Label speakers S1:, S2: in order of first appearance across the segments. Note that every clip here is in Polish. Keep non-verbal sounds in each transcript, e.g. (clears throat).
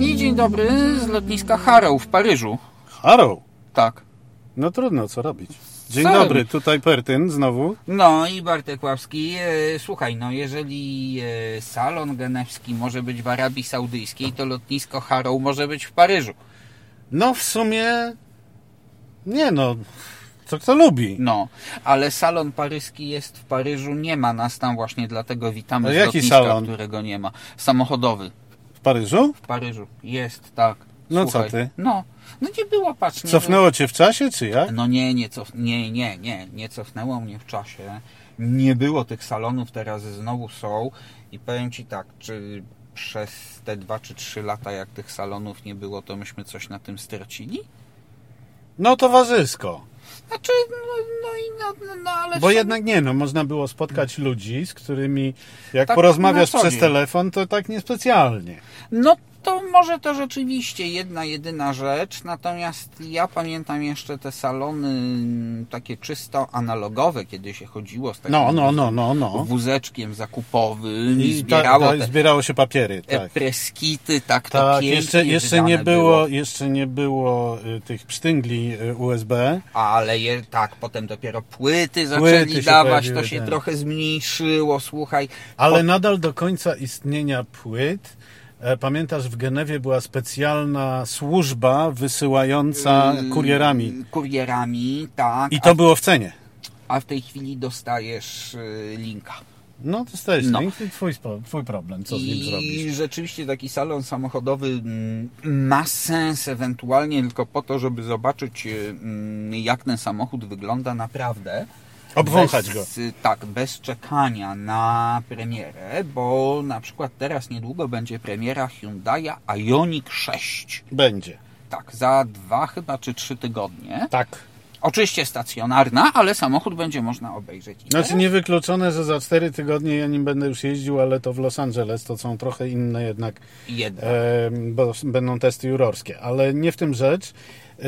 S1: I dzień dobry z lotniska Harrow w Paryżu.
S2: Harrow?
S1: Tak.
S2: No trudno, co robić? Dzień
S1: Co?
S2: dobry, tutaj Pertyn znowu.
S1: No i Bartek Łapski, e, słuchaj, no jeżeli e, salon genewski może być w Arabii Saudyjskiej, to lotnisko Harrow może być w Paryżu.
S2: No w sumie... Nie no, co kto lubi.
S1: No, ale salon paryski jest w Paryżu, nie ma nas tam właśnie, dlatego witamy
S2: A
S1: z
S2: No jaki
S1: lotniska,
S2: salon?
S1: którego nie ma. Samochodowy
S2: W Paryżu?
S1: w Paryżu. Jest, tak.
S2: No co
S1: Słuchaj.
S2: ty?
S1: No, no nie było, patrz. Nie było.
S2: Cofnęło cię w czasie, czy jak?
S1: No nie, nie, cof... nie, nie, nie, nie cofnęło mnie w czasie. Nie było tych salonów, teraz znowu są. I powiem Ci tak, czy przez te dwa czy trzy lata, jak tych salonów nie było, to myśmy coś na tym stracili?
S2: No towarzysko.
S1: Znaczy, no, no i no, no, no ale...
S2: Bo
S1: są-
S2: jednak nie, no można było spotkać ludzi, z którymi jak
S1: Tak
S2: porozmawiasz
S1: na co
S2: przez
S1: dzień.
S2: telefon, to tak niespecjalnie.
S1: No to może to rzeczywiście jedna, jedyna rzecz, natomiast ja pamiętam jeszcze te salony mm, takie czysto analogowe, kiedy się chodziło z takim
S2: No, no, no, no, no.
S1: wózeczkiem zakupowym i,
S2: ta-
S1: zbierało
S2: ta-
S1: te
S2: zbierało się papiery, tak.
S1: tak. preskity, tak, to
S2: Tak,
S1: pięknie
S2: jeszcze, jeszcze nie
S1: wydane
S2: było, jeszcze nie było y, tych psztyngli y, USB.
S1: Ale je, tak, potem dopiero płyty zaczęli
S2: Płyty się
S1: dawać,
S2: pojawiły,
S1: to się
S2: tak.
S1: trochę zmniejszyło, słuchaj.
S2: Ale nadal do końca istnienia płyt. e, Pamiętasz, w Genewie była specjalna służba wysyłająca
S1: y,
S2: kurierami.
S1: Kurierami, tak.
S2: I to było w cenie.
S1: a, a w tej chwili dostajesz y, linka.
S2: No to stajesz
S1: No.
S2: no. i twój, spo- twój problem, co z nim zrobisz.
S1: I rzeczywiście taki salon samochodowy mm, ma sens ewentualnie tylko po to, żeby zobaczyć, y, mm, jak ten samochód wygląda naprawdę.
S2: Obwąchać go.
S1: bez, Tak, bez czekania na premierę, bo na przykład teraz niedługo będzie premiera Hyundai Ioniq 6.
S2: Będzie.
S1: Tak, za dwa chyba czy trzy tygodnie.
S2: Tak.
S1: Oczywiście stacjonarna, ale samochód będzie można obejrzeć. I
S2: Znaczy
S1: teraz-
S2: niewykluczone, że za 4 tygodnie ja nim będę już jeździł, ale to w Los Angeles to są trochę inne jednak
S1: Jedna.
S2: E, bo s- będą testy jurorskie, ale nie w tym rzecz. E,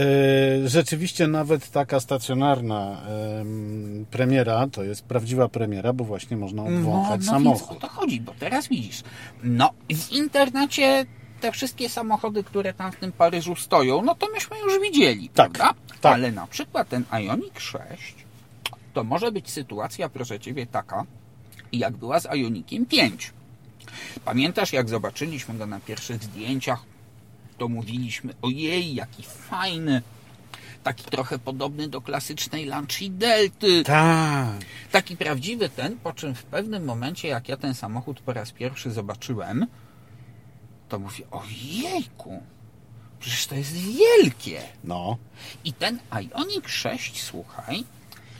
S2: Rzeczywiście nawet taka stacjonarna em, premiera, to jest prawdziwa premiera, bo właśnie można obwąchać
S1: No, Więc o
S2: no, samochód.
S1: to chodzi, bo teraz widzisz. No, w internecie te wszystkie samochody, które tam w tym Paryżu stoją, no to myśmy już widzieli,
S2: Tak,
S1: prawda?
S2: tak.
S1: Ale na przykład ten Ioniq 6 to może być sytuacja, proszę Ciebie, taka, jak była z Ionikiem 5. Pamiętasz, jak zobaczyliśmy go na pierwszych zdjęciach, to mówiliśmy, ojej, jaki fajny, taki trochę podobny do klasycznej Lanci Delty,
S2: Tak.
S1: taki prawdziwy ten, po czym w pewnym momencie, jak ja ten samochód po raz pierwszy zobaczyłem, to mówię, ojejku, przecież to jest wielkie.
S2: No,
S1: I ten Ioniq 6, słuchaj,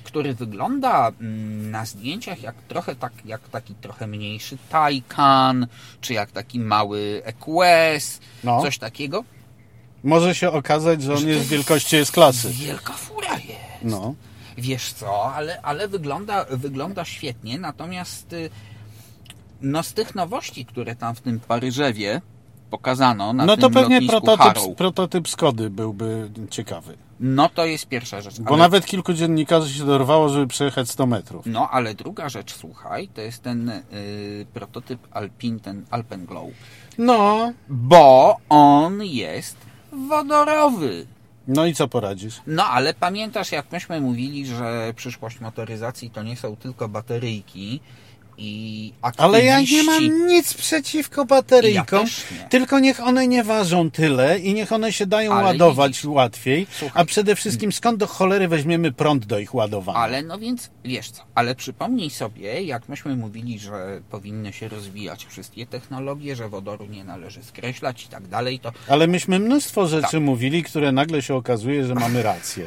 S1: który wygląda mm, na zdjęciach jak trochę tak, jak taki trochę mniejszy Taycan, czy jak taki mały EQS,
S2: No.
S1: coś takiego.
S2: może się okazać, że on jest wielkości jest klasy.
S1: Wielka fura jest.
S2: No,
S1: wiesz co, ale, ale wygląda, wygląda świetnie, natomiast y, no z tych nowości, które tam w tym Paryżewie pokazano na
S2: no
S1: tym
S2: to pewnie
S1: lotnisku
S2: prototyp,
S1: Harrow,
S2: prototyp Skody byłby ciekawy,
S1: no to jest pierwsza rzecz.
S2: bo
S1: ale,
S2: nawet kilku dziennikarzy się dorwało, żeby przejechać 100 metrów.
S1: No ale druga rzecz, słuchaj, to jest ten y, prototyp Alpine, ten Alpenglow,
S2: No,
S1: bo on jest wodorowy.
S2: no i co poradzisz?
S1: No ale pamiętasz, jak myśmy mówili, że przyszłość motoryzacji to nie są tylko bateryjki i aktywiści.
S2: Ale ja nie mam nic przeciwko bateryjkom,
S1: Ja też nie.
S2: tylko niech one nie ważą tyle i niech one się dają
S1: Ale
S2: ładować
S1: widzisz.
S2: łatwiej.
S1: Słuchaj.
S2: A przede wszystkim skąd do cholery weźmiemy prąd do ich ładowania?
S1: Ale no więc wiesz co, ale przypomnij sobie, jak myśmy mówili, że powinny się rozwijać wszystkie technologie, że wodoru nie należy skreślać i tak dalej, to
S2: Ale myśmy mnóstwo rzeczy
S1: Tak.
S2: mówili, które nagle się okazuje, że mamy
S1: (laughs)
S2: rację.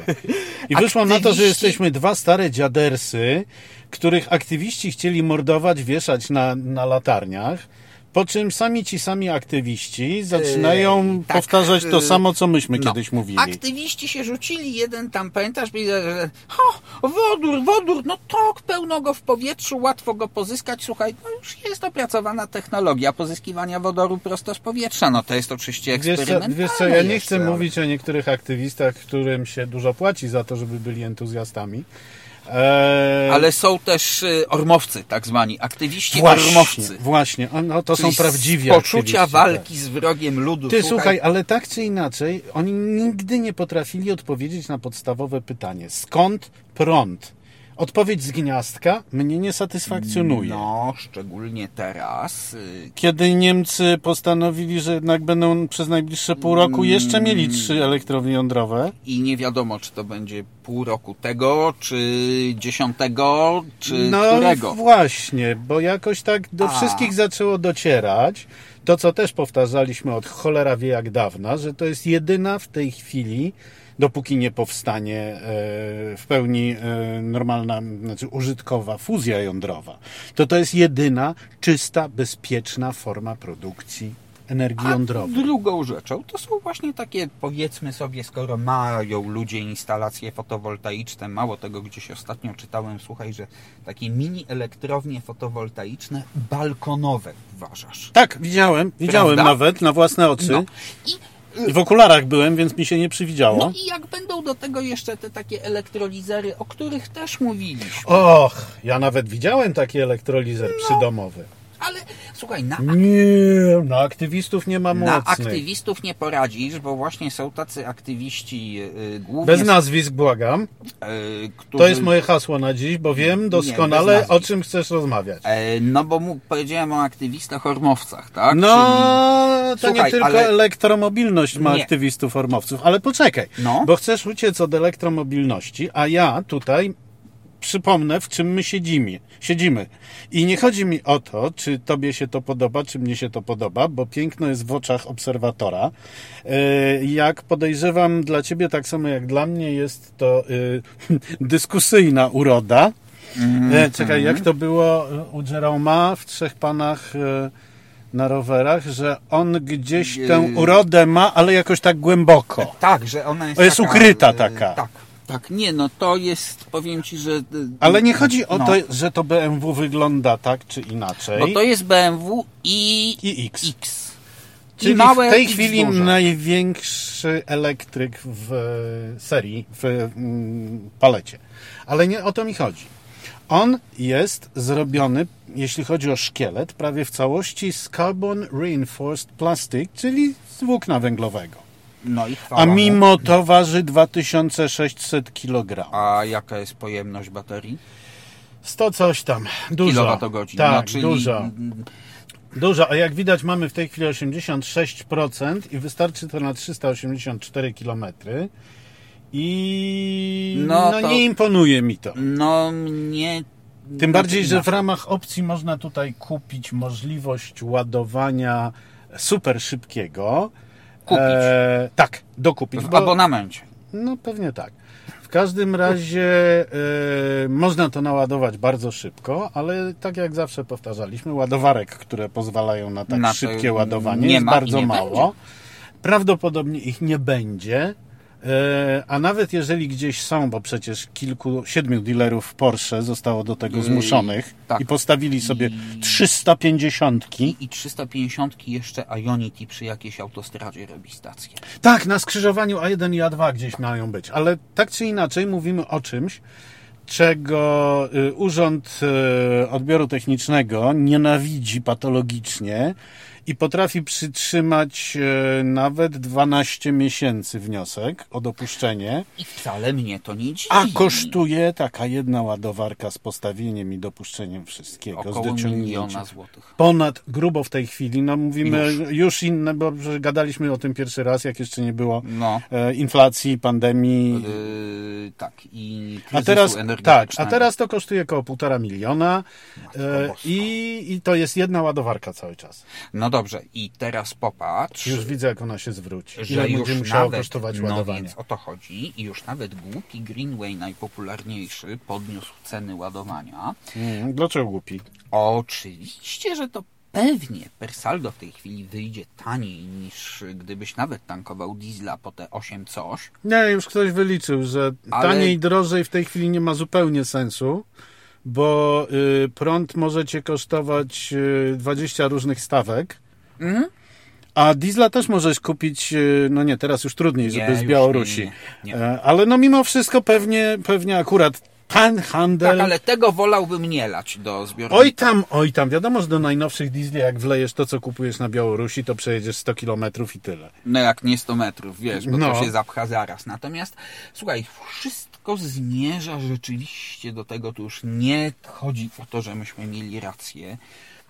S2: I wyszło na to, że
S1: Aktywiści-
S2: jesteśmy dwa stare dziadersy, których aktywiści chcieli mordować, wieszać na, na latarniach. Po czym sami ci sami aktywiści zaczynają
S1: Ej, Yy, tak,
S2: powtarzać to
S1: y,
S2: samo, co myśmy
S1: no.
S2: kiedyś mówili.
S1: Aktywiści się rzucili, jeden tam pamiętasz, mi, że ho, wodór, wodór, no tok, pełno go w powietrzu, łatwo go pozyskać, słuchaj, no już jest opracowana technologia pozyskiwania wodoru prosto z powietrza, no to jest oczywiście
S2: Wiesz co,
S1: eksperymentalne
S2: wiesz co, ja nie
S1: no jeszcze,
S2: chcę
S1: ale-
S2: mówić o niektórych aktywistach, którym się dużo płaci za to, żeby byli entuzjastami, E,
S1: Ale są też y, ormowcy, tak zwani, aktywiści ormowcy.
S2: Właśnie, o, no, to są
S1: Czyli z
S2: prawdziwi aktywiści,
S1: Poczucia
S2: tak.
S1: walki z wrogiem ludu.
S2: Ty słuchaj, ale tak czy inaczej, oni nigdy nie potrafili odpowiedzieć na podstawowe pytanie: skąd prąd? Odpowiedź z gniazdka mnie nie satysfakcjonuje.
S1: No, szczególnie teraz. y,
S2: Kiedy Niemcy postanowili, że jednak będą przez najbliższe pół roku jeszcze mieli trzy elektrownie jądrowe,
S1: I nie wiadomo, czy to będzie pół roku tego, czy dziesiątego, czy
S2: No,
S1: którego.
S2: właśnie, bo jakoś tak do
S1: A.
S2: wszystkich zaczęło docierać to, co też powtarzaliśmy od cholera wie jak dawna, że to jest jedyna w tej chwili, dopóki nie powstanie e, w pełni e, normalna, znaczy użytkowa fuzja jądrowa, to to jest jedyna czysta, bezpieczna forma produkcji energii jądrowej.
S1: Drugą rzeczą to są właśnie takie, powiedzmy sobie, skoro mają ludzie instalacje fotowoltaiczne, mało tego gdzieś ostatnio czytałem, słuchaj, że takie mini elektrownie fotowoltaiczne balkonowe uważasz.
S2: Tak, widziałem, widziałem
S1: Prawda?
S2: nawet na własne oczy.
S1: No. I
S2: I w okularach byłem, więc mi się nie przywidziało.
S1: No i jak będą do tego jeszcze te takie elektrolizery, o których też mówiliśmy.
S2: Och, ja nawet widziałem taki elektrolizer
S1: No.
S2: przydomowy.
S1: Ale słuchaj, na,
S2: Nie, na aktywistów nie ma
S1: na
S2: mocnych.
S1: aktywistów nie poradzisz, bo właśnie są tacy aktywiści yy, głównie,
S2: Bez nazwisk błagam.
S1: y, którzy...
S2: To jest moje hasło na dziś, bo wiem
S1: bez
S2: doskonale
S1: nazwisk.
S2: o czym chcesz rozmawiać.
S1: E, No bo mu powiedziałem o aktywistach ormowcach, tak?
S2: No, to nie
S1: Słuchaj,
S2: tylko
S1: ale-
S2: elektromobilność ma
S1: Nie.
S2: aktywistów formowców, ale poczekaj,
S1: No.
S2: bo chcesz uciec od elektromobilności, a ja tutaj przypomnę, w czym my siedzimy. siedzimy. I nie chodzi mi o to, czy tobie się to podoba, czy mnie się to podoba, bo piękno jest w oczach obserwatora. Yy, Jak podejrzewam, dla ciebie tak samo jak dla mnie jest to yy, (laughs) dyskusyjna uroda.
S1: Mm.
S2: E, czekaj, jak to było e, u Jeroma w Trzech Panach e, na rowerach, że on gdzieś
S1: Yy.
S2: tę urodę ma, ale jakoś tak głęboko.
S1: Tak, że ona jest.
S2: To jest
S1: taka,
S2: ukryta
S1: y,
S2: taka.
S1: Tak, tak, nie, no to jest, powiem ci, że. y,
S2: Ale nie chodzi o
S1: no,
S2: to, że to BMW wygląda tak czy inaczej.
S1: Bo to jest BMW i.
S2: I X.
S1: X. I
S2: Czyli
S1: małe
S2: w tej
S1: X
S2: chwili
S1: duże.
S2: największy elektryk w e, serii, w e, mm, palecie. Ale nie o to mi chodzi. On jest zrobiony, jeśli chodzi o szkielet, prawie w całości z carbon reinforced plastic, czyli z włókna węglowego.
S1: No i chwała.
S2: A
S1: mu.
S2: mimo to waży 2600 kg.
S1: A jaka jest pojemność baterii?
S2: 100 coś tam. Dużo.
S1: Kilowatogodzin.
S2: Tak,
S1: no, czyli
S2: dużo.
S1: mm,
S2: Dużo, a jak widać mamy w tej chwili 86% i wystarczy to na 384 km. I no,
S1: No to-
S2: nie imponuje mi to.
S1: No mnie.
S2: Tym bardziej, że w
S1: No inaczej.
S2: ramach opcji można tutaj kupić możliwość ładowania super szybkiego.
S1: Kupić.
S2: E, tak, dokupić.
S1: W
S2: bo-
S1: abonamencie.
S2: no pewnie tak. W każdym razie e, można to naładować bardzo szybko, ale tak jak zawsze powtarzaliśmy, ładowarek, które pozwalają na tak
S1: Na to
S2: szybkie ładowanie,
S1: nie
S2: jest
S1: ma i
S2: bardzo
S1: nie
S2: mało.
S1: będzie.
S2: Prawdopodobnie ich nie będzie. e, A nawet jeżeli gdzieś są, bo przecież kilku, siedmiu dealerów Porsche zostało do tego zmuszonych
S1: tak.
S2: i postawili sobie 350.
S1: I, I 350 jeszcze Ionity przy jakiejś autostradzie robi stację.
S2: Tak, na skrzyżowaniu A1 i A2 gdzieś mają być, ale tak czy inaczej mówimy o czymś, czego y, Urząd y, Odbioru Technicznego nienawidzi patologicznie i potrafi przytrzymać y, nawet 12 miesięcy wniosek o dopuszczenie,
S1: I wcale mnie to nie dziwi.
S2: a kosztuje taka jedna ładowarka z postawieniem i dopuszczeniem wszystkiego, z
S1: około
S2: dociągnięciem.
S1: miliona złotych.
S2: Ponad grubo w tej chwili, no mówimy już,
S1: Już.
S2: inne, bo że gadaliśmy o tym pierwszy raz, jak jeszcze nie było
S1: No.
S2: e, inflacji, pandemii.
S1: Yy, tak, i
S2: A
S1: kryzysu
S2: teraz, tak,
S1: energetycznego.
S2: a teraz to kosztuje około półtora miliona e,
S1: boska.
S2: i, i to jest jedna ładowarka cały czas.
S1: No dobrze, i teraz popatrz,
S2: Już widzę, jak ona się zwróci.
S1: że
S2: Ile
S1: już
S2: będzie musiało
S1: nawet,
S2: kosztować
S1: no
S2: ładowanie.
S1: więc o to chodzi, i już nawet głupi Greenway najpopularniejszy podniósł ceny ładowania.
S2: Mm, dlaczego głupi?
S1: Oczywiście, że to pewnie Persaldo w tej chwili wyjdzie taniej niż gdybyś nawet tankował diesla po te 8 coś,
S2: Nie, już ktoś wyliczył, że
S1: Ale-
S2: taniej i drożej w tej chwili nie ma zupełnie sensu, bo y, prąd może cię kosztować y, 20 różnych stawek.
S1: Mhm.
S2: A diesla też możesz kupić, y, no nie, teraz już trudniej,
S1: Nie,
S2: żeby z
S1: już
S2: Białorusi.
S1: nie, nie, nie.
S2: E, Ale no mimo wszystko pewnie, pewnie akurat Panhandle.
S1: Tak, ale tego wolałbym nie lać do zbiornika.
S2: Oj tam, oj tam. Wiadomo, że do najnowszych diesli, jak wlejesz to, co kupujesz na Białorusi, to przejedziesz 100 kilometrów i tyle.
S1: No jak nie 100 metrów, wiesz, bo
S2: No.
S1: to się zapcha zaraz. Natomiast, słuchaj, wszystko zmierza rzeczywiście do tego, tu już nie chodzi o to, że myśmy mieli rację,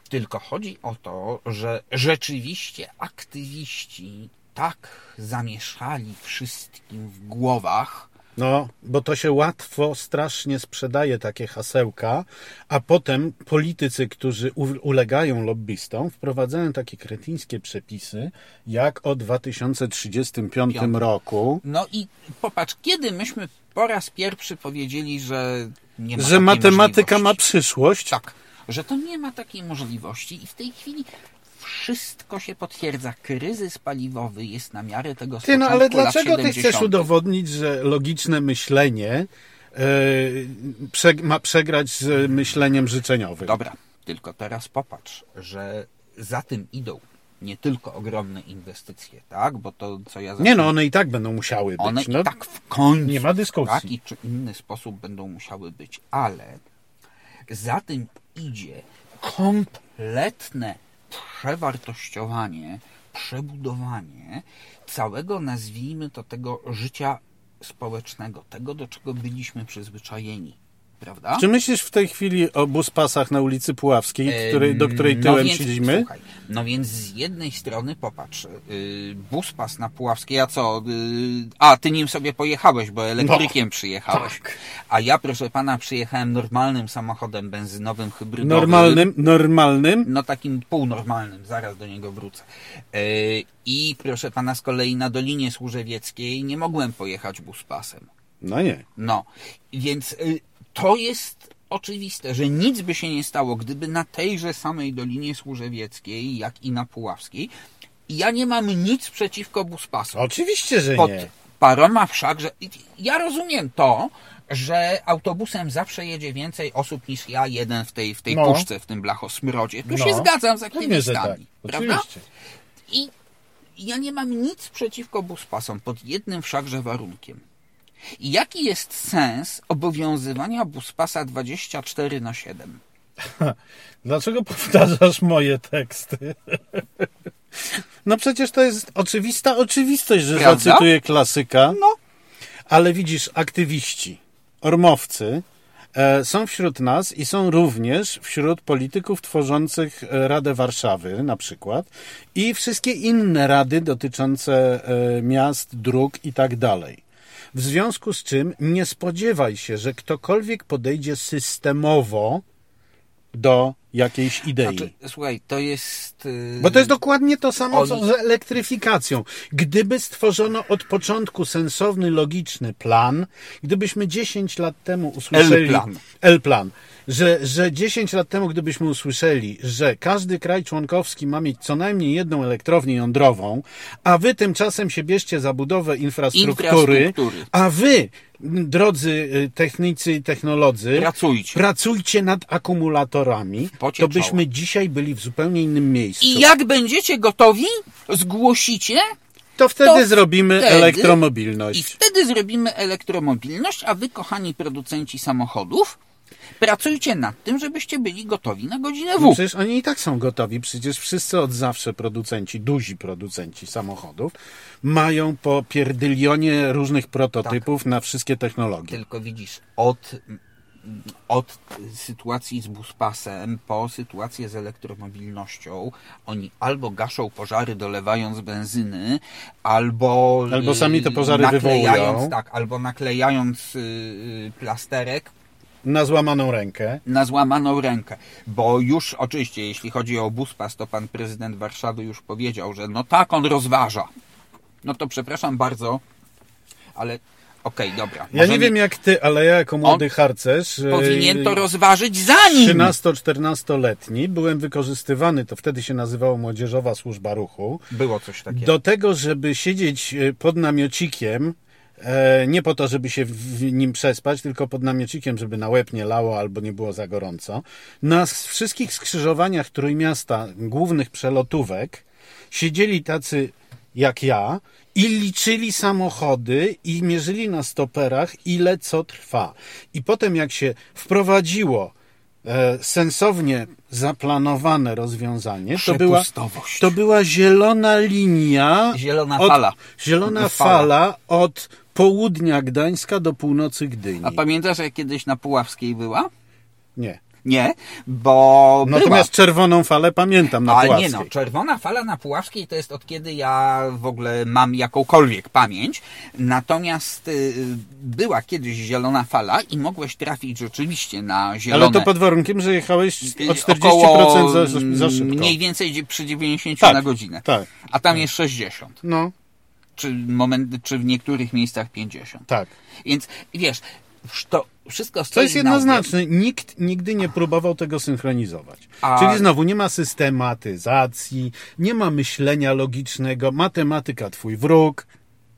S1: tylko chodzi o to, że rzeczywiście aktywiści tak zamieszali wszystkim w głowach,
S2: No, bo to się łatwo, strasznie sprzedaje takie hasełka, a potem politycy, którzy u- ulegają lobbystom, wprowadzają takie kretyńskie przepisy, jak o 2035
S1: Piątym.
S2: roku,
S1: No i popatrz, kiedy myśmy po raz pierwszy powiedzieli, że nie ma
S2: że
S1: takiej
S2: matematyka ma
S1: możliwości.
S2: przyszłość.
S1: Tak, że to nie ma takiej możliwości i w tej chwili wszystko się potwierdza. Kryzys paliwowy jest na miarę tego z
S2: Ty, no
S1: początku
S2: ale
S1: lat
S2: dlaczego ty
S1: 70..
S2: chcesz udowodnić, że logiczne myślenie e, przeg- ma przegrać z myśleniem życzeniowym?
S1: Dobra, tylko teraz popatrz, że za tym idą nie tylko ogromne inwestycje, tak? Bo to, co ja
S2: Nie no, one i tak będą musiały być.
S1: One
S2: no,
S1: i tak w końcu.
S2: nie ma dyskusji.
S1: Taki czy inny sposób będą musiały być, ale za tym idzie kompletne przewartościowanie, przebudowanie całego, nazwijmy to, tego życia społecznego, tego, do czego byliśmy przyzwyczajeni. Prawda?
S2: Czy myślisz w tej chwili o buspasach na ulicy Puławskiej, której, do której tyłem siedzimy?
S1: Mm, no Słuchaj, no więc z jednej strony popatrz, yy, buspas na Puławskiej, a co? Yy, a, ty nim sobie pojechałeś, bo
S2: No.
S1: elektrykiem przyjechałeś.
S2: Tak.
S1: A ja, proszę pana, przyjechałem normalnym samochodem benzynowym, hybrydowym.
S2: normalnym, normalnym.
S1: No takim półnormalnym, zaraz do niego wrócę. Yy, I proszę pana, z kolei na Dolinie Służewieckiej nie mogłem pojechać buspasem.
S2: No nie.
S1: No, więc y, to jest oczywiste, że nic by się nie stało, gdyby na tejże samej Dolinie Służewieckiej, jak i na Puławskiej, ja nie mam nic przeciwko buspasom.
S2: Oczywiście, że
S1: Pod
S2: nie.
S1: paroma wszakże... Ja rozumiem to, że autobusem zawsze jedzie więcej osób niż ja jeden w tej, w tej
S2: No.
S1: puszce, w tym blachosmrodzie. Tu się
S2: No.
S1: zgadzam z
S2: Pewnie, że tak.
S1: aktywistami. Prawda?
S2: Oczywiście.
S1: I ja nie mam nic przeciwko buspasom pod jednym wszakże warunkiem. I jaki jest sens obowiązywania buspasa 24 na 7?
S2: Dlaczego powtarzasz moje teksty? No przecież to jest oczywista oczywistość, że
S1: Prawda?
S2: zacytuję klasyka.
S1: No.
S2: Ale widzisz, aktywiści, ormowcy e, są wśród nas i są również wśród polityków tworzących e, Radę Warszawy na przykład i wszystkie inne rady dotyczące e, miast, dróg i tak dalej. W związku z czym nie spodziewaj się, że ktokolwiek podejdzie systemowo do jakiejś idei.
S1: Znaczy, słuchaj, to jest. yy,
S2: Bo to jest dokładnie to samo,
S1: Oni-
S2: co z elektryfikacją. Gdyby stworzono od początku sensowny, logiczny plan, gdybyśmy 10 lat temu usłyszeli...
S1: L-plan.
S2: L-plan. Że, że 10 lat temu, gdybyśmy usłyszeli, że każdy kraj członkowski ma mieć co najmniej jedną elektrownię jądrową, a wy tymczasem się bierzcie za budowę infrastruktury,
S1: Infrastruktury.
S2: a wy, m, drodzy y, technicy i technolodzy,
S1: Pracujcie.
S2: pracujcie nad akumulatorami,
S1: pocie
S2: to
S1: czoła.
S2: byśmy dzisiaj byli w zupełnie innym miejscu.
S1: I jak będziecie gotowi, zgłosicie
S2: To wtedy
S1: To
S2: zrobimy
S1: wtedy- i
S2: elektromobilność.
S1: wtedy zrobimy elektromobilność, a wy, kochani producenci samochodów, pracujcie nad tym, żebyście byli gotowi na godzinę
S2: No
S1: W.
S2: przecież oni i tak są gotowi, przecież wszyscy od zawsze producenci, duzi producenci samochodów mają po pierdylionie różnych prototypów na wszystkie technologie.
S1: Tylko widzisz, od, od sytuacji z buspasem po sytuację z elektromobilnością, oni albo gaszą pożary dolewając benzyny, albo.
S2: Albo sami te
S1: y,
S2: pożary
S1: naklejając,
S2: wywołują.
S1: Tak, albo naklejając y, y, plasterek
S2: Na złamaną rękę.
S1: na złamaną rękę. Bo już oczywiście, jeśli chodzi o buspas, to pan prezydent Warszawy już powiedział, że no tak, on rozważa. No to przepraszam bardzo, ale. Okej, dobra.
S2: Ja nie wiem jak ty, ale ja jako młody harcerz... e,
S1: Powinien to rozważyć zanim.
S2: 13-14-letni byłem wykorzystywany, to wtedy się nazywało Młodzieżowa Służba Ruchu,
S1: Było coś takiego.
S2: do tego, żeby siedzieć e, pod namiocikiem, e, nie po to, żeby się w- w nim przespać, tylko pod namiocikiem, żeby na łeb nie lało albo nie było za gorąco, na s- wszystkich skrzyżowaniach Trójmiasta, głównych przelotówek, siedzieli tacy jak ja i liczyli samochody i mierzyli na stoperach, ile co trwa. I potem, jak się wprowadziło e, sensownie zaplanowane rozwiązanie, to była,
S1: Przepustowość.
S2: to była zielona linia.
S1: Zielona fala.
S2: Zielona
S1: Fala.
S2: fala. od południa Gdańska do północy Gdyni.
S1: A pamiętasz, jak kiedyś na Puławskiej była?
S2: Nie.
S1: Nie, bo była.
S2: Natomiast czerwoną falę pamiętam No na
S1: Ale nie
S2: Puławskiej.
S1: no, czerwona fala na Puławskiej to jest od kiedy ja w ogóle mam jakąkolwiek pamięć. Natomiast y, była kiedyś zielona fala i mogłeś trafić rzeczywiście na zielone.
S2: Ale to pod warunkiem, że jechałeś
S1: y,
S2: o 40%
S1: około,
S2: za, za- za szybko.
S1: Mniej więcej gdzie- przy 90
S2: Tak,
S1: na godzinę.
S2: tak.
S1: A tam jest 60.
S2: No,
S1: Czy, moment, czy w niektórych miejscach 50.
S2: tak.
S1: Więc wiesz, to wszystko stoi
S2: To jest
S1: na-
S2: jednoznaczne. Nikt nigdy nie próbował tego synchronizować.
S1: A-
S2: Czyli znowu nie ma systematyzacji, nie ma myślenia logicznego, matematyka twój wróg.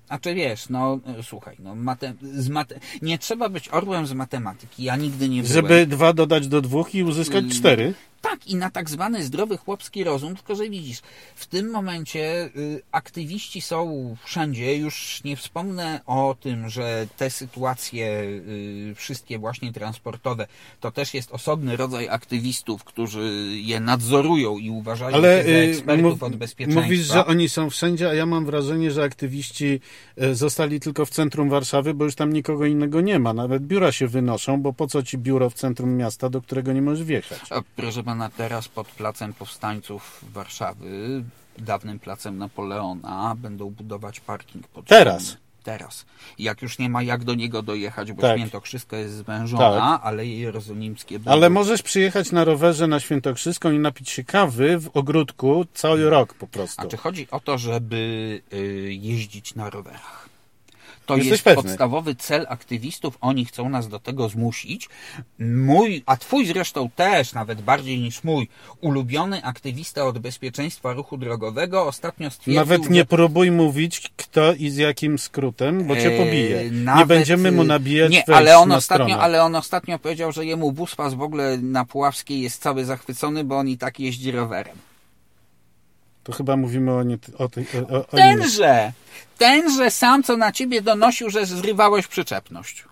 S1: A czy wiesz, no e, słuchaj, no mate, z mate, nie trzeba być orłem z matematyki. Ja nigdy nie byłem.
S2: Żeby dwa dodać do dwóch i uzyskać cztery.
S1: Tak, i na tak zwany zdrowy chłopski rozum, tylko że widzisz, w tym momencie y, aktywiści są wszędzie, już nie wspomnę o tym, że te sytuacje y, wszystkie właśnie transportowe, to też jest osobny rodzaj aktywistów, którzy je nadzorują i uważają
S2: Ale
S1: się e, za
S2: y,
S1: ekspertów
S2: mów-
S1: od bezpieczeństwa.
S2: mówisz, że oni są wszędzie, a ja mam wrażenie, że aktywiści e, zostali tylko w centrum Warszawy, bo już tam nikogo innego nie ma. Nawet biura się wynoszą, bo po co ci biuro w centrum miasta, do którego nie możesz wjechać?
S1: A proszę pana, teraz pod placem powstańców Warszawy, dawnym placem Napoleona, będą budować parking pod
S2: Teraz.
S1: Teraz. Jak już nie ma jak do niego dojechać, bo
S2: Tak.
S1: Świętokrzyska jest zwężona, ale jerozolimskie będą.
S2: Ale możesz przyjechać na rowerze na Świętokrzyską i napić się kawy w ogródku cały rok po prostu.
S1: Mhm. A czy chodzi o to, żeby y, jeździć na rowerach? To
S2: Jesteś
S1: jest
S2: pewny?
S1: podstawowy cel aktywistów, oni chcą nas do tego zmusić. Mój, a twój zresztą też, nawet bardziej niż mój, ulubiony aktywista od bezpieczeństwa ruchu drogowego ostatnio stwierdził,
S2: Nawet nie
S1: że-
S2: próbuj mówić, kto i z jakim skrótem, bo cię
S1: Eee,
S2: pobije. nie
S1: nawet,
S2: będziemy mu
S1: y,
S2: nabijać
S1: Nie,
S2: wejść
S1: ale on,
S2: na
S1: ostatnio,
S2: stronę.
S1: ale on ostatnio powiedział, że jemu buspas w ogóle na Puławskiej jest cały zachwycony, bo on i tak jeździ rowerem.
S2: To chyba mówimy o, nie, o, tej- o, o, o innych.
S1: Tenże! Tenże sam, co na ciebie donosił, że zrywałeś przyczepność.
S2: E,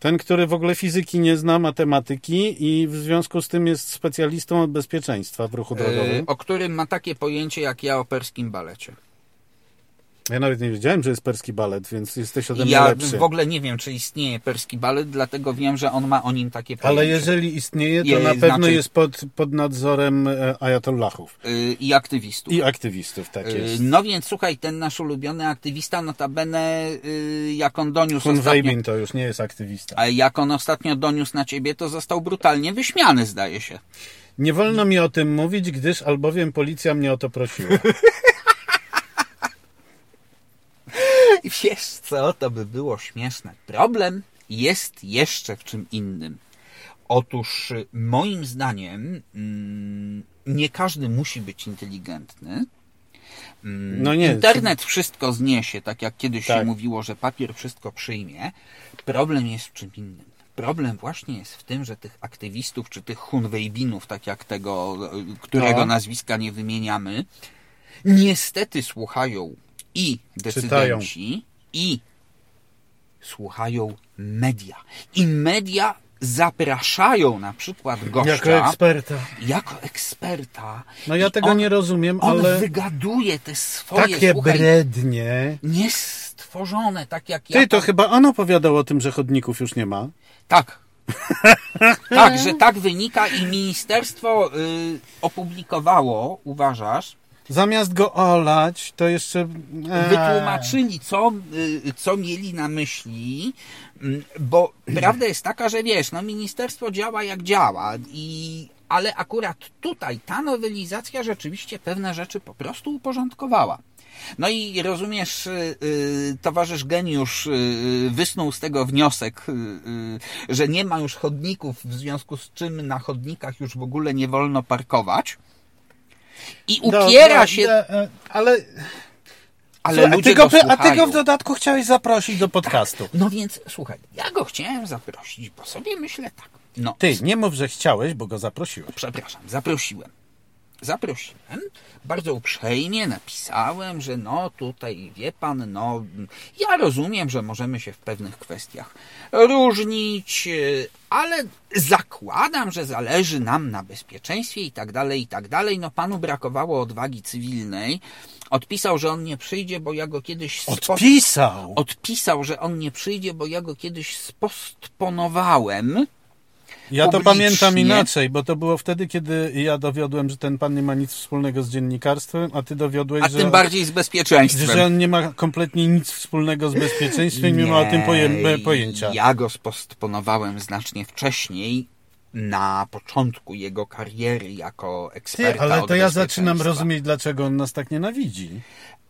S2: Ten, który w ogóle fizyki nie zna, matematyki i w związku z tym jest specjalistą od bezpieczeństwa w ruchu
S1: Yy,
S2: drogowym.
S1: o którym ma takie pojęcie jak ja o perskim balecie.
S2: Ja nawet nie wiedziałem, że jest perski balet, więc jesteś ode mnie
S1: Ja
S2: lepszy.
S1: w ogóle nie wiem, czy istnieje perski balet, dlatego wiem, że on ma o nim takie pojęcie.
S2: Ale jeżeli istnieje, to
S1: Je-
S2: na pewno
S1: znaczy-
S2: jest pod, pod nadzorem e, ajatollahów
S1: Yy, I aktywistów.
S2: i aktywistów, tak
S1: Yy,
S2: jest.
S1: No więc słuchaj, ten nasz ulubiony aktywista, notabene yy, jak on doniósł
S2: Kun
S1: ostatnio,
S2: Weibin to już nie jest aktywista.
S1: a jak on ostatnio doniósł na ciebie, to został brutalnie wyśmiany, zdaje się.
S2: Nie wolno mi o tym mówić, gdyż albowiem policja mnie o to
S1: (laughs)
S2: prosiła.
S1: (laughs) I Wiesz co, to by było śmieszne. Problem jest jeszcze w czym innym. Otóż y, moim zdaniem mm, nie każdy musi być inteligentny. Mm,
S2: No nie,
S1: Internet wszystko zniesie, tak jak kiedyś się
S2: Tak.
S1: mówiło, że papier wszystko przyjmie. Problem jest w czym innym. Problem właśnie jest w tym, że tych aktywistów czy tych Hunwejbinów, tak jak tego, y, którego
S2: No.
S1: nazwiska nie wymieniamy, niestety słuchają i decydenci, i słuchają media. I media zapraszają na przykład gościa
S2: Jako eksperta.
S1: jako eksperta.
S2: No ja
S1: I
S2: tego
S1: on,
S2: nie rozumiem,
S1: On
S2: ale
S1: wygaduje te swoje,
S2: takie
S1: słuchaj,
S2: brednie.
S1: niestworzone, tak jak ja.
S2: Ty, to chyba on opowiadał o tym, że chodników już nie ma.
S1: Tak. tak, że tak wynika i ministerstwo y, opublikowało, uważasz,
S2: Zamiast go olać, to jeszcze... Eee.
S1: wytłumaczyli, co, y, co mieli na myśli, mm, bo prawda jest taka, że wiesz, no ministerstwo działa jak działa, i, ale akurat tutaj ta nowelizacja rzeczywiście pewne rzeczy po prostu uporządkowała. No i rozumiesz, y, y, towarzysz geniusz y, wysnuł z tego wniosek, y, y, że nie ma już chodników, w związku z czym na chodnikach już w ogóle nie wolno parkować. I
S2: Do-
S1: upiera
S2: do-
S1: się,
S2: do- e, ale
S1: ale
S2: Słuchaj,
S1: ludzie
S2: a, ty go,
S1: go
S2: a ty
S1: słuchają.
S2: go w dodatku chciałeś zaprosić do podcastu.
S1: No więc słuchaj, ja go chciałem zaprosić, bo sobie myślę tak. No,
S2: Ty, nie mów, że chciałeś, bo go zaprosiłeś.
S1: przepraszam, zaprosiłem. zaprosiłem, bardzo uprzejmie napisałem, że no tutaj wie pan, no ja rozumiem, że możemy się w pewnych kwestiach różnić, yy, ale zakładam, że zależy nam na bezpieczeństwie i tak dalej, i tak dalej. No panu brakowało odwagi cywilnej. Odpisał, że on nie przyjdzie, bo ja go kiedyś spo-
S2: Odpisał!
S1: odpisał, że on nie przyjdzie, bo ja go kiedyś spostponowałem.
S2: Ja to
S1: publicznie.
S2: pamiętam inaczej, bo to było wtedy, kiedy ja dowiodłem, że ten pan nie ma nic wspólnego z dziennikarstwem, a ty dowiodłeś,
S1: A
S2: że,
S1: tym bardziej z bezpieczeństwem.
S2: że on nie ma kompletnie nic wspólnego z bezpieczeństwem, nie, ma o tym poje, pojęcia.
S1: Ja go spostponowałem znacznie wcześniej, na początku jego kariery jako eksperta.
S2: Ty, ale
S1: od
S2: to ja zaczynam
S1: bezpieczeństwa.
S2: rozumieć, dlaczego on nas tak nienawidzi.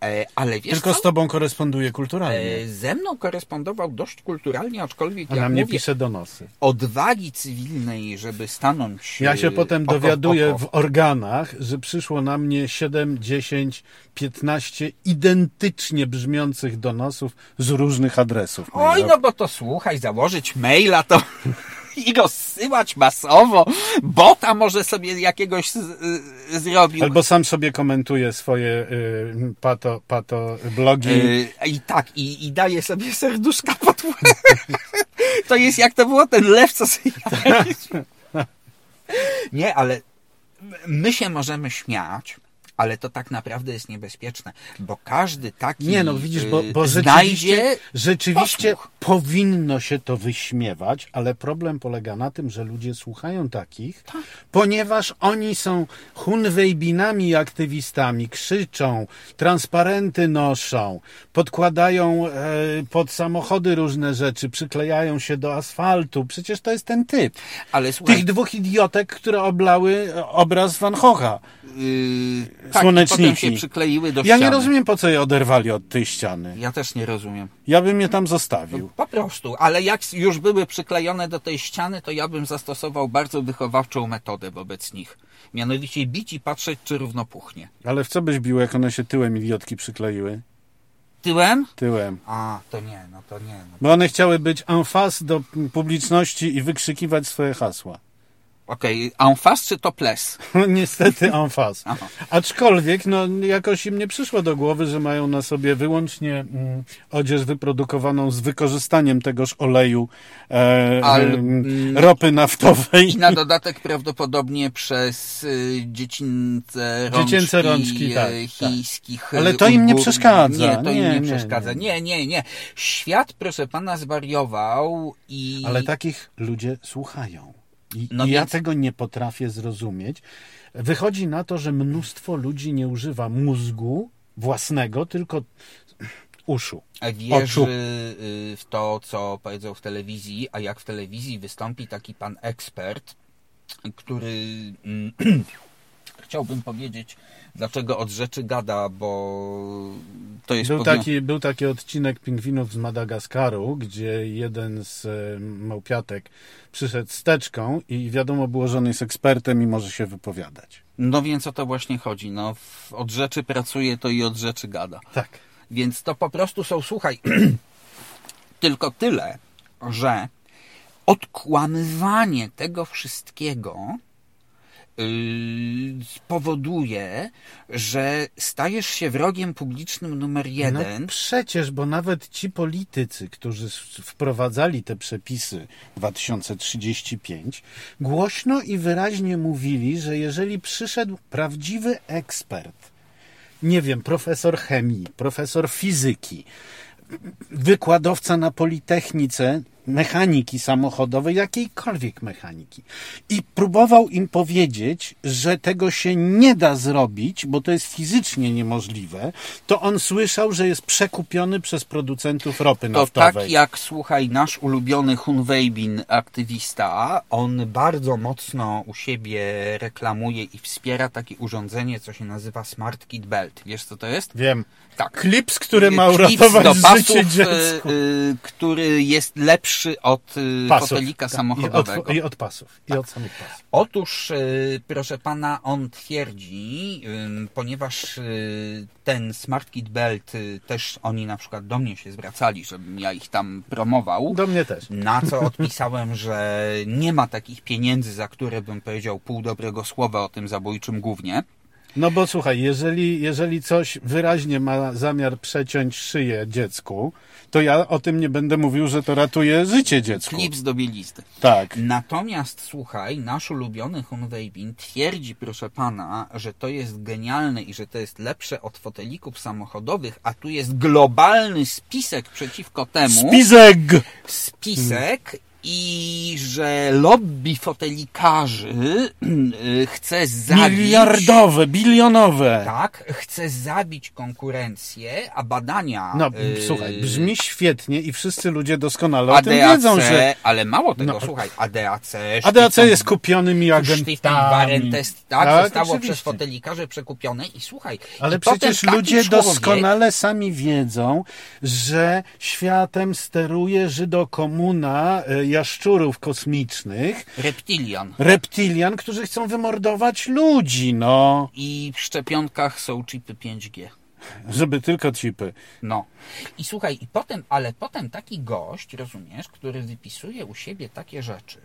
S1: E, ale wiesz
S2: Tylko
S1: co?
S2: z tobą koresponduje kulturalnie,
S1: E, ze mną korespondował dość kulturalnie, aczkolwiek
S2: a
S1: jak
S2: na mnie
S1: mówię,
S2: pisze donosy.
S1: odwagi cywilnej, żeby stanąć
S2: Ja się
S1: e,
S2: potem
S1: oko w
S2: dowiaduję
S1: oko.
S2: w organach, że przyszło na mnie 7, 10, 15 identycznie brzmiących donosów z różnych adresów.
S1: Oj, no bo to słuchaj, założyć maila to (laughs) i rozsyłać masowo. Bota może sobie jakiegoś z, y, zrobił.
S2: Albo sam sobie komentuje swoje y, pato, pato blogi.
S1: Y, I tak, i, i daje sobie serduszka pod (laughs) łeb. To jest jak to było, ten lew, co sobie (laughs) jadł. Nie, ale my się możemy śmiać, ale to tak naprawdę jest niebezpieczne, bo każdy taki
S2: Nie no, widzisz, bo,
S1: y,
S2: bo rzeczywiście,
S1: znajdzie...
S2: rzeczywiście
S1: posłuch.
S2: powinno się to wyśmiewać, ale problem polega na tym, że ludzie słuchają takich,
S1: Tak.
S2: ponieważ oni są hunwejbinami i aktywistami, krzyczą, transparenty noszą, podkładają e, pod samochody różne rzeczy, przyklejają się do asfaltu. Przecież to jest ten typ.
S1: Ale słuchaj, y,
S2: Tych dwóch idiotek, które oblały e, obraz Van Gogha.
S1: yy, tak, i
S2: Słoneczniki.
S1: potem się przykleiły do
S2: Ja
S1: ściany.
S2: nie rozumiem, po co je oderwali od tej ściany.
S1: Ja też nie rozumiem.
S2: Ja bym je tam zostawił.
S1: Po prostu, ale jak już były przyklejone do tej ściany, to ja bym zastosował bardzo wychowawczą metodę wobec nich. Mianowicie bić i patrzeć, czy równo puchnie.
S2: Ale w co byś bił, jak one się tyłem idiotki przykleiły?
S1: Tyłem?
S2: Tyłem.
S1: A, to nie, no to nie. No.
S2: Bo one chciały być en face do publiczności i wykrzykiwać swoje hasła. (laughs) No,
S1: Okej, okay, en face czy toples?
S2: Niestety en face.
S1: Aha.
S2: Aczkolwiek, no, jakoś im nie przyszło do głowy, że mają na sobie wyłącznie mm, odzież wyprodukowaną z wykorzystaniem tegoż oleju, e,
S1: Al- mm.
S2: em, ropy naftowej.
S1: I
S2: (laughs)
S1: na dodatek prawdopodobnie przez y, dziecince rączki,
S2: Dziecięce rączki,
S1: e,
S2: tak, tak.
S1: chińskich. e,
S2: Ale to im nie
S1: Ujgur-
S2: przeszkadza.
S1: Nie, to
S2: Nie,
S1: im nie
S2: nie,
S1: przeszkadza. Nie, nie, nie. Świat, proszę pana, zwariował i.
S2: Ale takich ludzie słuchają. I,
S1: No
S2: i ja
S1: więc-
S2: tego nie potrafię zrozumieć. Wychodzi na to, że mnóstwo ludzi nie używa mózgu własnego, tylko uszu.
S1: E, wierzy
S2: Oczu.
S1: y, w to, co powiedzą w telewizji, a jak w telewizji wystąpi taki pan ekspert, który mm, (clears throat) chciałbym powiedzieć, dlaczego od rzeczy gada, bo to jest
S2: Był
S1: powinno-
S2: taki, był taki odcinek pingwinów z Madagaskaru, gdzie jeden z e, małpiatek przyszedł z teczką i wiadomo było, że on jest ekspertem i może się wypowiadać.
S1: No więc o to właśnie chodzi. No, w- od rzeczy pracuje, to i od rzeczy gada.
S2: Tak.
S1: Więc to po prostu są, słuchaj, (clears throat) tylko tyle, że odkłamywanie tego wszystkiego yy, spowoduje, że stajesz się wrogiem publicznym numer
S2: No
S1: jeden.
S2: przecież, bo nawet ci politycy, którzy s- wprowadzali te przepisy 2035, głośno i wyraźnie mówili, że jeżeli przyszedł prawdziwy ekspert, nie wiem, profesor chemii, profesor fizyki, wykładowca na Politechnice mechaniki samochodowej, jakiejkolwiek mechaniki. I próbował im powiedzieć, że tego się nie da zrobić, bo to jest fizycznie niemożliwe, to on słyszał, że jest przekupiony przez producentów ropy
S1: To
S2: naftowej.
S1: tak jak, słuchaj, nasz ulubiony Hunwejbin, aktywista, on bardzo mocno u siebie reklamuje i wspiera takie urządzenie, co się nazywa Smart Kid Belt. Wiesz, co to jest?
S2: Wiem.
S1: Tak.
S2: Klips, który ma
S1: Klips do
S2: uratować
S1: pasów,
S2: życie
S1: y,
S2: dziecku.
S1: y, który jest lepszy od y, fotelika
S2: Tak,
S1: samochodowego. Tak.
S2: I od, I od pasów. I od samych pasów.
S1: Otóż, y, proszę pana, on twierdzi, y, ponieważ y, ten Smart Kit Belt y, też oni na przykład do mnie się zwracali, żebym ja ich tam promował.
S2: Do mnie też.
S1: Na co odpisałem, (laughs) że nie ma takich pieniędzy, za które bym powiedział pół dobrego słowa o tym zabójczym głównie.
S2: No bo słuchaj, jeżeli, jeżeli coś wyraźnie ma zamiar przeciąć szyję dziecku, to ja o tym nie będę mówił, że to ratuje życie dziecku.
S1: Klips do bielizny.
S2: Tak.
S1: Natomiast słuchaj, nasz ulubiony Hunwejbin twierdzi, proszę pana, że to jest genialne i że to jest lepsze od fotelików samochodowych, a tu jest globalny spisek przeciwko temu.
S2: Spisek!
S1: spisek i że lobby fotelikarzy y, chce zabić...
S2: Miliardowe, bilionowe.
S1: Tak, chce zabić konkurencję, a badania...
S2: No,
S1: y,
S2: słuchaj, brzmi świetnie i wszyscy ludzie doskonale o
S1: ADAC,
S2: tym wiedzą, że
S1: ale mało tego,
S2: No.
S1: słuchaj, ADAC...
S2: ADAC
S1: szpital-
S2: jest kupionymi agentami.
S1: Sztyfenbaren test, tak, zostało
S2: oczywiście.
S1: przez fotelikarzy przekupione i słuchaj.
S2: Ale
S1: i
S2: przecież
S1: potem taki
S2: ludzie
S1: człowiek,
S2: doskonale sami wiedzą, że światem steruje żydokomuna e, jaszczurów kosmicznych,
S1: Reptilian.
S2: reptilian, którzy chcą wymordować ludzi, no.
S1: I w szczepionkach są chipy 5G.
S2: Żeby tylko cipy.
S1: No. I słuchaj, i potem, ale potem taki gość, rozumiesz, który wypisuje u siebie takie rzeczy,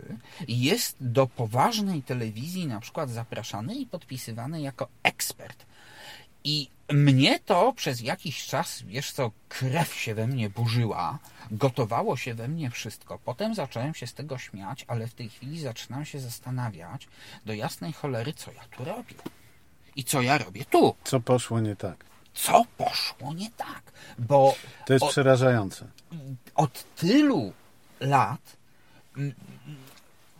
S1: jest do poważnej telewizji na przykład zapraszany i podpisywany jako ekspert. I mnie to przez jakiś czas, wiesz co, krew się we mnie burzyła, gotowało się we mnie wszystko. Potem zacząłem się z tego śmiać, ale w tej chwili zaczynam się zastanawiać do jasnej cholery, co ja tu robię. I co ja robię tu?
S2: Co poszło nie tak?
S1: Co poszło nie tak? Bo
S2: To jest
S1: o-
S2: przerażające.
S1: od tylu lat, mm,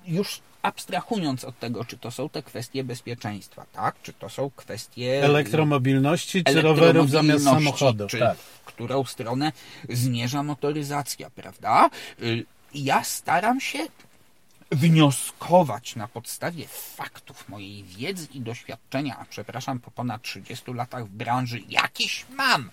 S1: już abstrahując od tego, czy to są te kwestie bezpieczeństwa, tak? Czy to są kwestie
S2: Elektromobilności czy
S1: E, elektromobilności,
S2: rowerów zamiast samochodów.
S1: Czy
S2: Tak.
S1: w którą stronę zmierza motoryzacja, prawda? Y, Ja staram się wnioskować na podstawie faktów mojej wiedzy i doświadczenia, a przepraszam, po ponad 30 latach w branży jakiś mam.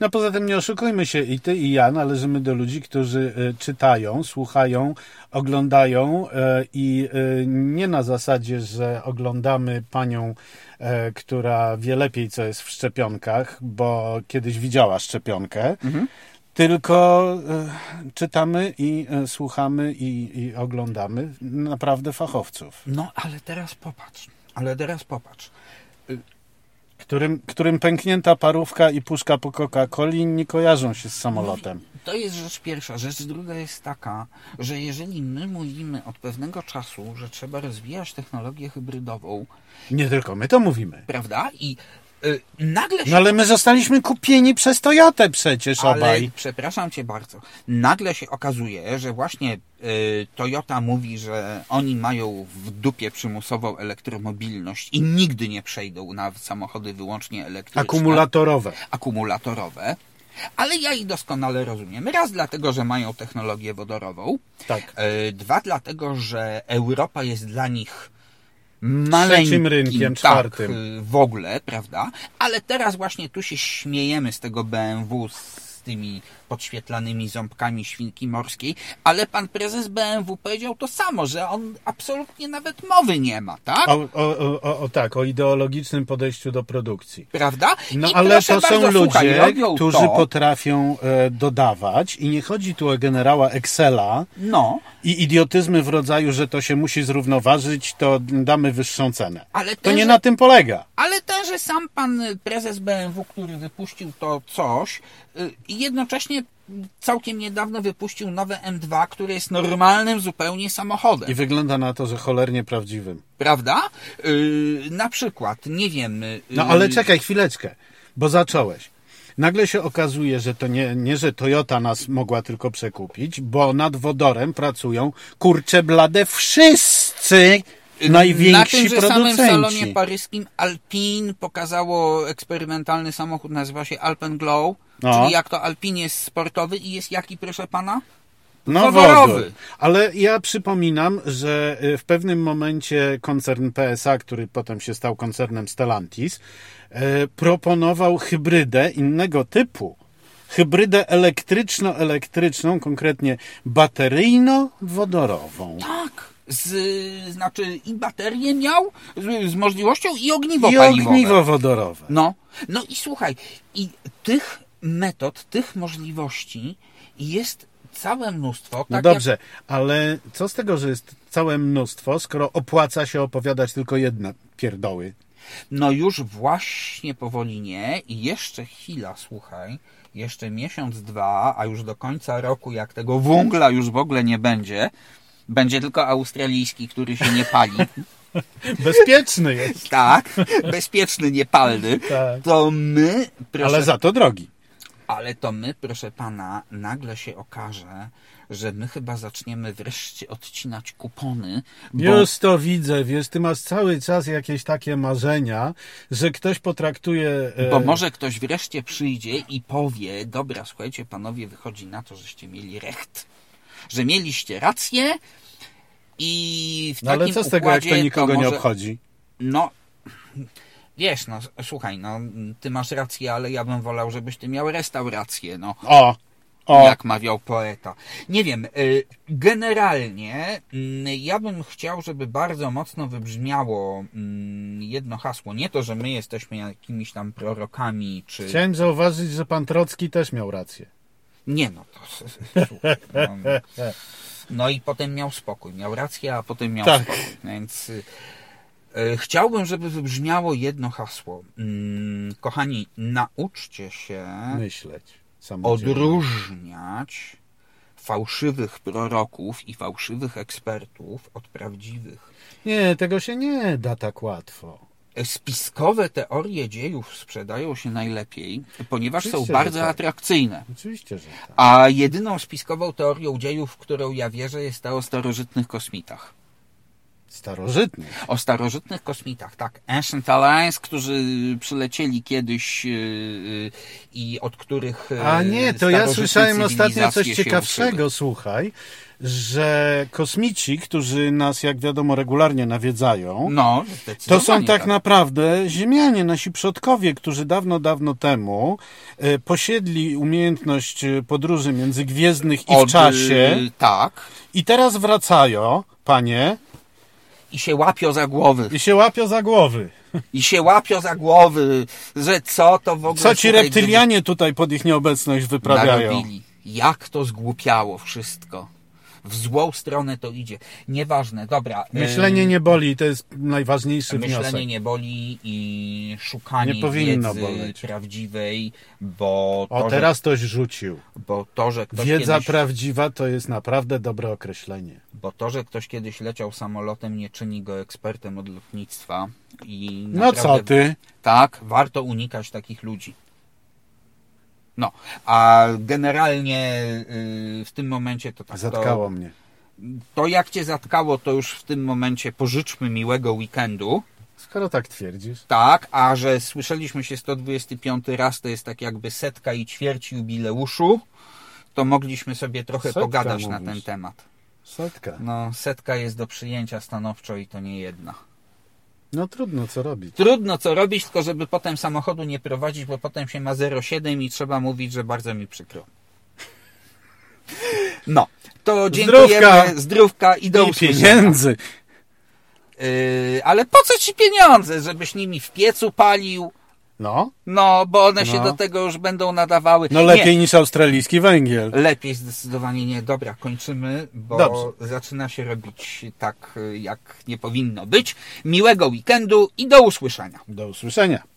S2: No poza tym nie oszukujmy się, i ty i ja należymy do ludzi, którzy e, czytają, słuchają, oglądają e, i e, nie na zasadzie, że oglądamy panią, e, która wie lepiej, co jest w szczepionkach, bo kiedyś widziała szczepionkę. Tylko e, czytamy i e, słuchamy i, i oglądamy naprawdę fachowców,
S1: No, ale teraz popatrz. Ale teraz popatrz.
S2: którym, którym pęknięta parówka i puszka po Coca-Coli nie kojarzą się z samolotem.
S1: To jest rzecz pierwsza. Rzecz druga jest taka, że jeżeli my mówimy od pewnego czasu, że trzeba rozwijać technologię hybrydową,
S2: Nie tylko my to mówimy.
S1: prawda? I y, nagle się
S2: No ale my zostaliśmy kupieni przez Toyotę przecież No, obaj.
S1: Ale przepraszam cię bardzo. Nagle się okazuje, że właśnie y, Toyota mówi, że oni mają w dupie przymusową elektromobilność i nigdy nie przejdą na samochody wyłącznie elektryczne.
S2: Akumulatorowe.
S1: akumulatorowe, ale ja ich doskonale rozumiem. Raz dlatego, że mają technologię wodorową,
S2: Tak.
S1: e, dwa dlatego, że Europa jest dla nich maleńkim
S2: Trzecim rynkiem, czwartym.
S1: Tak, e, w ogóle, prawda? Ale teraz właśnie tu się śmiejemy z tego BMW z tymi podświetlanymi ząbkami świnki morskiej, ale pan prezes BMW powiedział to samo, że on absolutnie nawet mowy nie ma, tak?
S2: O, o, o, o, o tak, o ideologicznym podejściu do produkcji.
S1: Prawda?
S2: No
S1: I
S2: ale
S1: proszę
S2: to są
S1: bardzo,
S2: ludzie,
S1: słuchaj, robią
S2: którzy
S1: to,
S2: potrafią e, dodawać i nie chodzi tu o generała Excela
S1: No,
S2: i idiotyzmy w rodzaju, że to się musi zrównoważyć, to damy wyższą cenę.
S1: ale
S2: To
S1: też,
S2: nie na tym polega.
S1: Ale tenże sam pan y, prezes BMW, który wypuścił to coś, y, i jednocześnie całkiem niedawno wypuścił nowe M2, które jest normalnym zupełnie samochodem.
S2: I wygląda na to, że cholernie prawdziwym.
S1: Prawda? Yy, na przykład, nie wiem. Yy,
S2: No ale czekaj chwileczkę, bo zacząłeś. Nagle się okazuje, że to nie, nie, że Toyota nas mogła tylko przekupić, bo nad wodorem pracują kurcze blade wszyscy najwięksi
S1: na tymże samym
S2: producenci.
S1: salonie paryskim Alpine pokazało eksperymentalny samochód, nazywa się Alpen Glow.
S2: No.
S1: Czyli jak to Alpine jest sportowy i jest jaki, proszę pana?
S2: No
S1: Wodorowy.
S2: wodór. Ale ja przypominam, że y, w pewnym momencie koncern PSA, który potem się stał koncernem Stellantis, y, proponował hybrydę innego typu. Hybrydę elektryczno-elektryczną, konkretnie bateryjno-wodorową.
S1: Tak. Z, znaczy i baterię miał z, z możliwością i ogniwo
S2: I
S1: paliwowe.
S2: ogniwo wodorowe.
S1: No. No i słuchaj, i tych metod, tych możliwości jest całe mnóstwo. Tak
S2: No
S1: jak-
S2: dobrze, ale co z tego, że jest całe mnóstwo, skoro opłaca się opowiadać tylko jedne pierdoły?
S1: No już właśnie powoli nie i jeszcze chwila, słuchaj, jeszcze miesiąc, dwa, a już do końca roku, jak tego węgla już w ogóle nie będzie, będzie tylko australijski, który się nie
S2: (laughs)
S1: pali, (laughs)
S2: Bezpieczny jest,
S1: tak, bezpieczny, niepalny,
S2: Tak.
S1: to my, proszę
S2: ale za to drogi.
S1: ale to my, proszę pana, nagle się okaże, że my chyba zaczniemy wreszcie odcinać kupony, bo
S2: Już to widzę, wiesz, ty masz cały czas jakieś takie marzenia, że ktoś potraktuje... e,
S1: Bo może ktoś wreszcie przyjdzie i powie, dobra, słuchajcie, panowie, wychodzi na to, żeście mieli recht, że mieliście rację i w
S2: No
S1: takim
S2: ale co z tego, jak
S1: układzie
S2: to nikogo
S1: może... (laughs)
S2: nie obchodzi?
S1: No, wiesz, no s- słuchaj, no ty masz rację, ale ja bym wolał, żebyś ty miał restaurację, no.
S2: O, o,
S1: jak mawiał poeta. Nie wiem, y, generalnie mm, ja bym chciał, żeby bardzo mocno wybrzmiało mm, jedno hasło. Nie to, że my jesteśmy jakimiś tam prorokami, czy...
S2: chciałem zauważyć, że pan Trocki też miał rację.
S1: Nie no, to... s- s- słuchaj, No,
S2: (laughs)
S1: no i potem miał spokój. Miał rację, a potem miał
S2: Tak.
S1: spokój. Więc y, y, chciałbym, żeby wybrzmiało jedno hasło. Mm, Kochani, nauczcie się...
S2: Myśleć. samodzielnie.
S1: odróżniać fałszywych proroków i fałszywych ekspertów od prawdziwych.
S2: Nie, tego się nie da tak łatwo.
S1: Spiskowe teorie dziejów sprzedają się najlepiej, ponieważ są
S2: Oczywiście, że
S1: bardzo
S2: tak.
S1: atrakcyjne.
S2: Oczywiście, że tak.
S1: A jedyną spiskową teorią dziejów, w którą ja wierzę, jest ta o starożytnych kosmitach.
S2: Starożytny.
S1: O starożytnych kosmitach, tak. Ancient Alliance, którzy przylecieli kiedyś yy, yy, i od których. yy,
S2: A nie, to ja
S1: starożytne
S2: słyszałem ostatnio coś
S1: cywilizacje się
S2: ciekawszego, słuchaj, że kosmici, którzy nas, jak wiadomo, regularnie nawiedzają,
S1: uczyły. No,
S2: to są
S1: zdecydowanie
S2: tak naprawdę Ziemianie, nasi przodkowie, którzy dawno, dawno temu e, posiedli umiejętność e, podróży międzygwiezdnych i w
S1: Od,
S2: czasie
S1: y, Tak.
S2: i teraz wracają, panie,
S1: I się łapią za głowy.
S2: i się łapią za głowy.
S1: I się łapią za głowy, że co to w ogóle...
S2: Co ci
S1: No, słuchaj,
S2: reptylianie tutaj pod ich nieobecność
S1: gdyby
S2: wyprawiają?
S1: narobili. Jak to zgłupiało wszystko. W złą stronę to idzie. Nieważne, dobra. y,
S2: Myślenie nie boli, to jest najważniejszy
S1: Myślenie
S2: wniosek.
S1: nie boli i szukanie
S2: Nie powinno
S1: wiedzy
S2: boleć.
S1: prawdziwej, bo to,
S2: O, teraz toś rzucił.
S1: że, bo, to, że ktoś
S2: Wiedza
S1: kiedyś,
S2: prawdziwa to jest naprawdę dobre określenie.
S1: bo to, że ktoś kiedyś leciał samolotem, nie czyni go ekspertem od lotnictwa. I
S2: No co
S1: naprawdę
S2: ty?
S1: Tak, warto unikać takich ludzi. No, a generalnie yy, w tym momencie to tak.
S2: Zatkało mnie.
S1: To, to jak cię zatkało, to już w tym momencie pożyczmy miłego weekendu.
S2: Skoro tak twierdzisz.
S1: Tak, a że słyszeliśmy się 125 raz, to jest tak jakby setka i ćwierć jubileuszu, to mogliśmy sobie trochę
S2: Setka
S1: pogadać na
S2: mówisz.
S1: ten temat.
S2: Setka.
S1: No, setka jest do przyjęcia stanowczo i to nie jedna.
S2: No trudno, co robić.
S1: Trudno co robić, tylko żeby potem samochodu nie prowadzić, bo potem się ma 0,7 i trzeba mówić, że bardzo mi przykro. No, to dziękujemy,
S2: Zdrówka.
S1: zdrówka, i do
S2: I
S1: usłyszenia.
S2: pieniędzy.
S1: Yy, ale po co ci pieniądze, żebyś nimi w piecu palił?
S2: No,
S1: No, bo one się
S2: No.
S1: do tego już będą nadawały.
S2: no lepiej niż australijski węgiel.
S1: Nie, lepiej zdecydowanie nie. Dobra, kończymy, bo
S2: Dobrze.
S1: zaczyna się robić tak, y, jak nie powinno być. Miłego weekendu i do usłyszenia.
S2: Do usłyszenia.